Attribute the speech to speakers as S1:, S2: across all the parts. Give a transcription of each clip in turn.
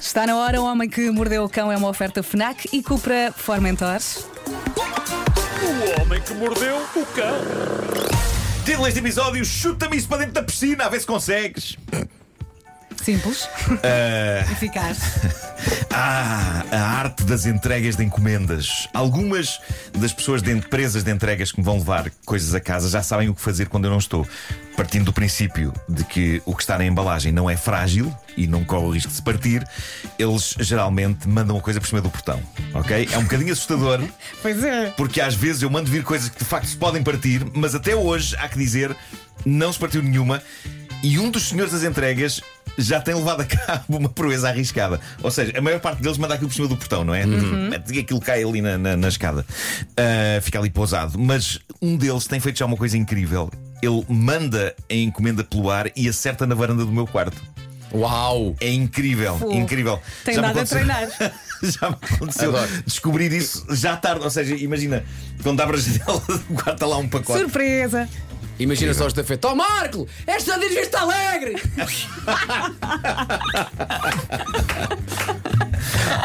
S1: Está na hora, o homem que mordeu o cão é uma oferta FNAC e Cupra Formentores.
S2: O homem que mordeu o cão.
S3: Título deste episódio: chuta-me isso para dentro da piscina, a ver se consegues.
S1: Simples.
S3: Eh.
S1: Eficaz.
S3: Ah, a arte das entregas de encomendas. Algumas das pessoas de empresas de entregas que me vão levar coisas a casa já sabem o que fazer quando eu não estou. Partindo do princípio de que o que está na embalagem não é frágil e não corre o risco de se partir, eles geralmente mandam a coisa por cima do portão, ok? É um bocadinho assustador.
S1: Pois é.
S3: Porque às vezes eu mando vir coisas que de facto se podem partir, mas até hoje há que dizer, não se partiu nenhuma. E um dos senhores das entregas já tem levado a cabo uma proeza arriscada. Ou seja, a maior parte deles manda aquilo por cima do portão, não é? Até que Aquilo cai ali na, na- na escada. Ah, fica ali pousado. Mas um deles tem feito já uma coisa incrível. Ele manda a encomenda pelo ar e acerta na varanda do meu quarto.
S2: Uau!
S3: É incrível,
S1: Fogo.
S3: incrível.
S1: Tem
S3: me
S1: nada a
S3: aconteceu-
S1: treinar.
S3: já me aconteceu
S2: Adoro.
S3: descobrir isso já tarde. Ou seja, imagina, quando abres a janela do quarto, está lá um pacote.
S1: Surpresa.
S2: Imagina só esta feita. Ó Marco! Esta desvia está alegre!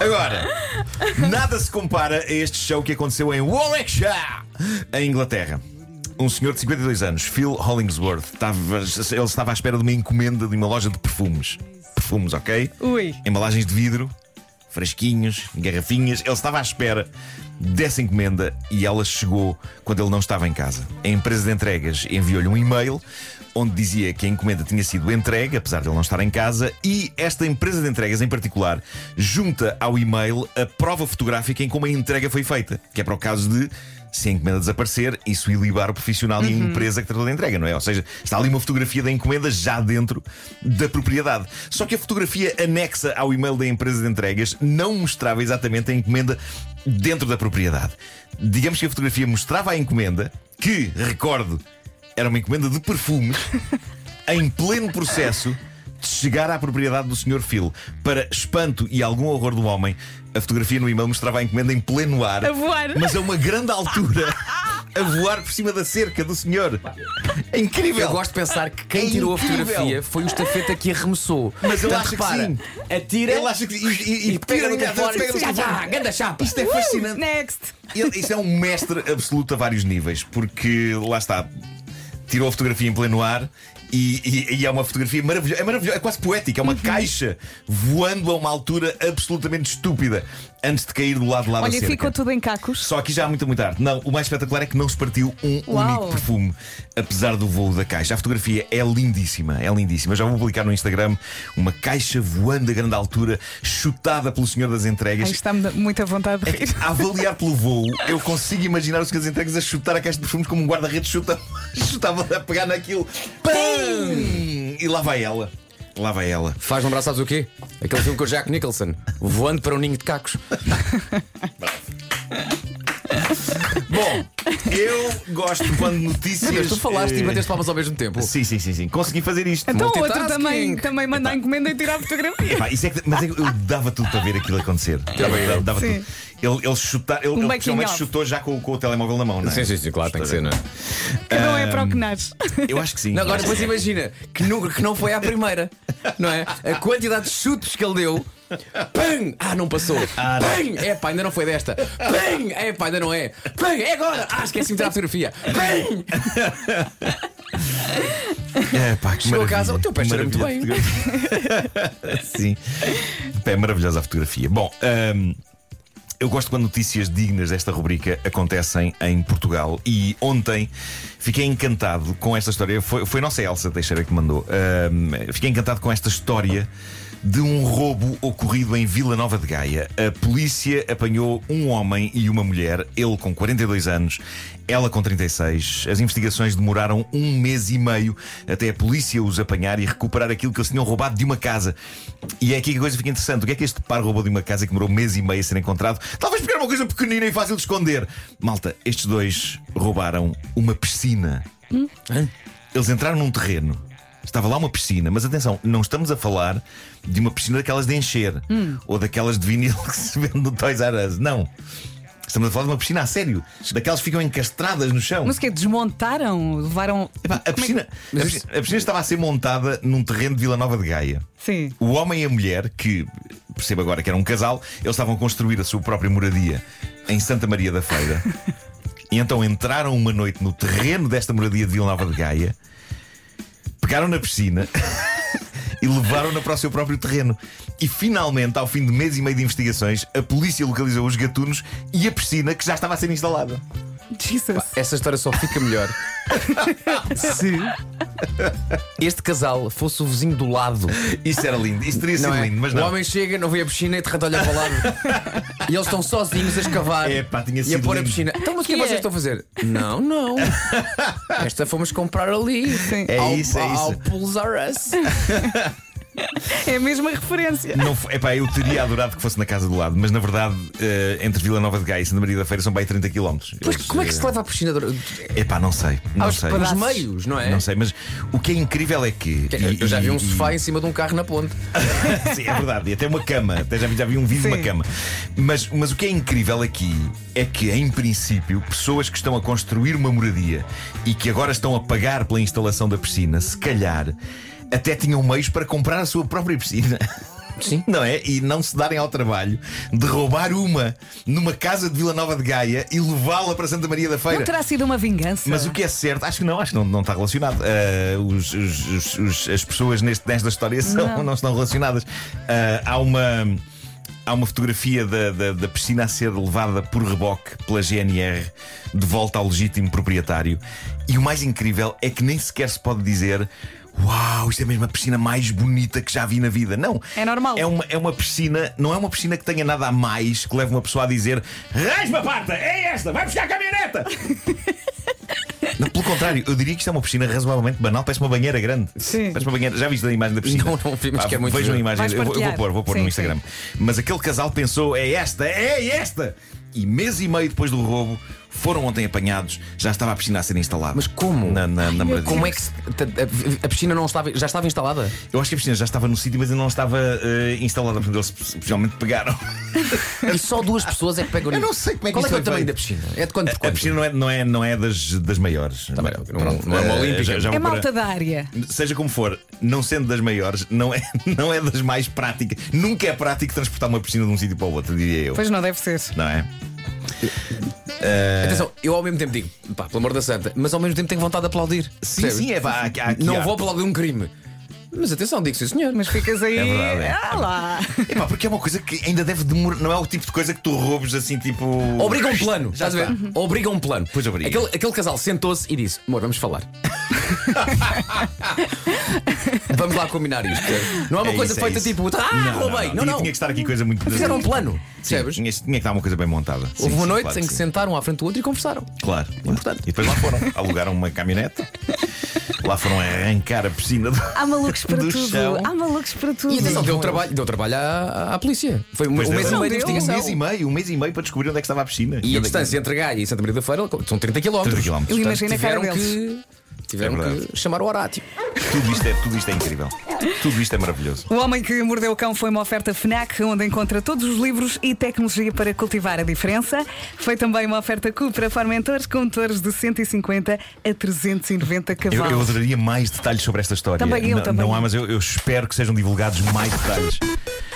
S3: Agora, nada se compara a este show que aconteceu em Warwickshire, em Inglaterra. Um senhor de 52 anos, Phil Hollingsworth, estava- ele estava à espera de uma encomenda de uma loja de perfumes. Perfumes, ok?
S1: Ui.
S3: Embalagens de vidro, frasquinhos, garrafinhas. Ele estava à espera dessa encomenda e ela chegou quando ele não estava em casa. A empresa de entregas enviou-lhe um e-mail onde dizia que a encomenda tinha sido entregue, apesar de ele não estar em casa, e esta empresa de entregas em particular junta ao e-mail a prova fotográfica em como a entrega foi feita, que é para o caso de se a encomenda desaparecer, isso ilibar o profissional e a empresa que tratou da entrega, não é? Ou seja, está ali uma fotografia da encomenda já dentro da propriedade. Só que a fotografia anexa ao e-mail da empresa de entregas não mostrava exatamente a encomenda dentro da propriedade. Digamos que a fotografia mostrava a encomenda, que, recordo, era uma encomenda de perfumes, em pleno processo de chegar à propriedade do Sr. Phil. Para espanto e algum horror do homem, a fotografia no e-mail mostrava a encomenda em pleno ar
S1: A voar.
S3: mas a uma grande altura a voar por cima da cerca do senhor. É incrível.
S2: Eu gosto de pensar que
S3: É
S2: quem tirou a
S3: incrível.
S2: fotografia foi o estafeta que arremessou.
S3: Mas eu
S2: Portanto,
S3: acho que
S2: repara,
S3: sim.
S2: Atira
S3: Ele acha que. E, e, e
S2: e
S3: pega
S2: pega no
S3: no telefone,
S2: telefone.
S3: pega no
S2: Já, já,
S3: telefone.
S2: ganda chapa!
S3: Isto é
S1: Uh,
S3: fascinante.
S1: Next.
S3: Ele, isso é um mestre absoluto a vários níveis, porque lá está, tirou a fotografia em pleno ar. E, e- e é uma fotografia maravilhosa, é maravilhosa, é quase poética, é
S1: Uhum.
S3: uma caixa voando a uma altura absolutamente estúpida antes de cair do lado de lá da
S1: Olha,
S3: cerca.
S1: ficou tudo em cacos.
S3: Só aqui já há muita, muita arte. Não, o mais espetacular é que não se partiu um
S1: Uau.
S3: único perfume, apesar do voo da caixa. A fotografia é lindíssima, é lindíssima. Eu Já vou publicar no Instagram uma caixa voando a grande altura, chutada pelo senhor das entregas.
S1: Aí está-me muita vontade de
S3: É que,
S1: rir.
S3: a avaliar pelo voo, eu consigo imaginar os senhores das entregas a chutar a caixa de perfumes como um guarda-redes chuta, chutava a pegar naquilo. Pam! E lá vai ela. Lá vai ela.
S2: Faz lembrar, sabes o quê? Aquele filme com o Jack Nicholson, voando para um ninho de cacos.
S3: Bom, eu gosto quando notícias.
S2: Mas tu falaste
S3: eh,
S2: e bateste palmas ao mesmo tempo.
S3: Sim, sim, sim, sim. Consegui fazer isto.
S1: Então o outro
S2: multitasking.
S1: também, também manda a encomenda e tira a fotografia.
S3: Epá, isso é que- mas é que eu dava tudo para ver aquilo acontecer.
S2: bem,
S3: Dava- dava
S1: Sim.
S3: tudo. Ele, ele, chuta, ele, ele
S1: making
S3: principalmente
S1: of.
S3: chutou já com, com o telemóvel na mão, não é?
S2: Sim, sim, sim, claro, tem que ser, não é?
S1: Cada um é para o que nasce.
S3: Eu acho que sim.
S2: Não, agora
S3: Eu acho
S2: depois
S3: que sim.
S2: imagina que, nunca, que não foi à primeira, não é? A quantidade de chutes que ele deu. Pam! Ah, não passou.
S3: Ah,
S2: Pam! É pá, ainda não foi desta. Pam! É pá, ainda não é. Pam! É agora! Ah, esqueci-me de tirar a fotografia. Pam!
S3: É, pá, que
S2: Chegou a casa,
S3: maravilha.
S2: o teu pé cheira muito
S3: Maravilha de fotografia. sim. Pá, É maravilhosa a fotografia. Bom. hum, Eu gosto quando notícias dignas desta rubrica acontecem em Portugal e ontem fiquei encantado com esta história. Foi, foi a nossa Elsa Teixeira que mandou. Ahm, fiquei encantado com esta história de um roubo ocorrido em Vila Nova de Gaia. A polícia apanhou um homem e uma mulher, ele com 42 anos, ela com 36. As investigações demoraram um mês e meio até a polícia os apanhar e recuperar aquilo que eles tinham roubado de uma casa. E é aqui que a coisa fica interessante. O que é que este par roubou de uma casa que demorou um mês e meio a ser encontrado? Talvez porque era uma coisa pequenina e fácil de esconder. Malta, estes dois roubaram uma piscina. Eles entraram num terreno. Estava lá uma piscina, mas atenção, não estamos a falar de uma piscina daquelas de encher ou daquelas de vinil que se vende no Toys R Us. Não. Estamos a falar de uma piscina a sério, daquelas que ficam encastradas no chão.
S1: Mas o quê? Desmontaram? Levaram.
S3: Epá, a, piscina, a piscina- a piscina estava a ser montada num terreno de Vila Nova de Gaia.
S1: Sim.
S3: O homem e a mulher, que percebo agora que era um casal, eles estavam a construir a sua própria moradia em Santa Maria da Feira. e então entraram uma noite no terreno desta moradia de Vila Nova de Gaia, pegaram na piscina e levaram-na para o seu próprio terreno. E finalmente, ao fim de mês e meio de investigações, a polícia localizou os gatunos e a piscina que já estava a ser instalada.
S1: Jesus.
S2: Essa história só fica melhor se este casal fosse o vizinho do lado.
S3: Isso era lindo, isso teria sido
S2: Não é?
S3: lindo, mas
S2: o
S3: não.
S2: homem chega, não vê a piscina e de repente olha para o lado. e eles estão sozinhos a escavar
S3: Epá, tinha
S2: e a
S3: sido
S2: pôr a
S3: lindo.
S2: piscina. Então, mas o
S1: Que
S2: que, é que vocês
S1: é?
S2: estão a fazer? Não, não. Esta fomos comprar ali.
S3: É
S2: ao,
S3: isso, é
S2: Ao
S3: isso.
S2: Pools R Us.
S1: É a mesma referência.
S3: Não, foi- epá, eu teria adorado que fosse na casa do lado, mas na verdade, eh, entre Vila Nova de Gaia e Santa Maria da Feira são bem 30 km.
S2: Mas como é que se leva a piscina? do-
S3: eh, Epá, não sei. Não
S2: Aos
S3: sei.
S2: pedaços. meios, não é?
S3: Não sei, mas o que é incrível é que. e-
S2: Eu já vi
S3: e-
S2: um
S3: e-
S2: sofá em cima de um carro na ponte.
S3: Sim, é verdade. E até uma cama. Até já vi, já vi um vídeo de uma
S1: Sim.
S3: cama. Mas, mas o que é incrível aqui é que, em princípio, pessoas que estão a construir uma moradia e que agora estão a pagar pela instalação da piscina, se calhar. Até tinham meios para comprar a sua própria piscina.
S2: Sim.
S3: Não é? E não se darem ao trabalho de roubar uma numa casa de Vila Nova de Gaia e levá-la para Santa Maria da Feira.
S1: Não terá sido uma vingança.
S3: Mas o que é certo, acho que não, acho que não, não está relacionado. Ah, os- os- os- os- as pessoas neste, nesta história são, não.
S1: Não.
S3: estão relacionadas. Ah, há uma. Há uma fotografia da, da- da piscina a ser levada por reboque pela GNR de volta ao legítimo proprietário. E o mais incrível é que nem sequer se pode dizer: Uau, isto é mesmo a piscina mais bonita que já vi na vida. Não.
S1: É normal.
S3: É uma, é uma piscina, não é uma piscina que tenha nada a mais que leve uma pessoa a dizer: Rasma parta, é esta, vai buscar a caminhoneta! Não, pelo contrário, eu diria que isto é uma piscina razoavelmente banal, parece uma banheira grande.
S1: Sim.
S3: Parece uma banheira. Já viste a imagem da piscina?
S2: Não, não vi, mas quero muito
S3: Vejam a
S2: ver.
S3: imagem,
S1: Vais
S3: eu vou, eu vou
S1: partilhar.
S3: pôr, vou pôr
S1: Sim,
S3: no Instagram. Mas aquele casal pensou: é esta, é esta! E mês e meio depois do roubo, foram ontem apanhados, já estava a piscina a ser instalada.
S2: Mas como?
S3: Na, na, na moradia.
S2: Como é que se- a- a piscina não estava, já estava instalada?
S3: Eu acho que a piscina já estava no sítio, mas ainda não estava eh, instalada, portanto eles finalmente pegaram.
S2: E só duas pessoas é que pegam
S3: Eu
S2: nisso.
S3: não sei como é que
S2: Qual é,
S3: isto
S2: que é
S3: foi
S2: o tamanho da
S3: feito.
S2: piscina? É de quanto por
S3: A
S2: quanto?
S3: piscina não é, não é, não é das, das maiores.
S2: bem, não-
S3: Pronto,
S2: não é uma
S3: eh,
S2: olímpica.
S3: já- já
S1: É
S3: vou pôr a-
S1: malta da área.
S3: Seja como for, não sendo das maiores, não é, não é das mais práticas. Nunca é prático transportar uma piscina de um sítio para o outro, diria eu.
S1: Pois não deve ser.
S3: Não é?
S2: Atenção, eu ao mesmo tempo digo, pá, pelo amor da santa, mas ao mesmo tempo tenho vontade de aplaudir.
S3: Sim,
S2: Percebes?
S3: sim, é pá, há- há- aqui
S2: Não
S3: há-
S2: vou aplaudir um crime. Mas atenção, digo sim, senhor.
S1: Mas ficas aí.
S3: É verdade, é.
S1: Ah lá.
S3: É pá, porque é uma coisa que ainda deve demorar. Não é o tipo de coisa que tu roubes assim, tipo.
S2: Obriga um plano,
S3: Já
S2: estás a ver?
S3: está.
S2: Obriga um plano.
S3: Pois obriga.
S2: Aquele, aquele casal sentou-se e disse: amor, vamos falar. vamos lá combinar isto. percebes? Não é uma
S3: É
S2: coisa
S3: isso, é
S2: feita
S3: isso.
S2: tipo, ah, roubei. Não,
S3: Tinha,
S2: não.
S3: tinha que estar aqui coisa muito.
S2: Fizeram um plano.
S3: Sim,
S2: Percebes?
S3: tinha, tinha que estar uma coisa bem montada. Sim,
S2: Houve uma
S3: sim,
S2: noite
S3: claro
S2: em que
S3: sim.
S2: sentaram um à frente do outro e conversaram.
S3: Claro, claro.
S2: Importante.
S3: E depois lá foram, alugaram uma caminhoneta, lá foram arrancar a piscina do.
S1: Há malucos para
S3: Do
S1: tudo.
S3: chão.
S1: Há malucos para tudo.
S2: E atenção, deu trabalho, deu um trabalho à, à polícia. Foi um, um
S3: Pois
S2: mês
S3: deu.
S2: e meio de
S1: Não deu.
S3: Um
S2: investigação.
S3: mês e meio, um mês e meio para descobrir onde é que estava a piscina.
S2: E a
S3: onde é que-
S2: distância entre Gaia e Santa Maria da Feira são 30 km.
S3: 30 km.
S1: Eu imagino a cara
S2: Tiveram
S1: deles.
S2: que, tiveram
S3: É verdade.
S2: que chamar o Horácio.
S3: Tudo isto, é, tudo isto é incrível. Tudo isto é maravilhoso.
S1: O Homem que Mordeu o Cão foi uma oferta FNAC, onde encontra todos os livros e tecnologia para cultivar a diferença. Foi também uma oferta Cupra Formentores, com motores de 150 a 390
S3: Eu, eu
S1: cavalos.
S3: adoraria mais detalhes sobre esta história.
S1: Também eu,
S3: N-
S1: também
S3: Não
S1: eu.
S3: há, mas eu, eu espero que sejam divulgados mais detalhes.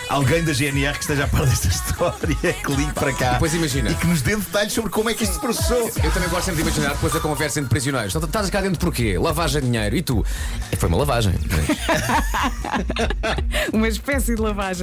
S3: Alguém da GNR que esteja a par desta história, que ligue para cá.
S2: Pois imagina.
S3: E que nos dê detalhes sobre como é que isto se processou.
S2: Eu também gosto sempre de imaginar depois a conversa entre prisioneiros. Então, Estás cá dentro porquê? Lavagem de dinheiro. E tu? "É, Foi uma lavagem.
S1: Uma espécie de lavagem.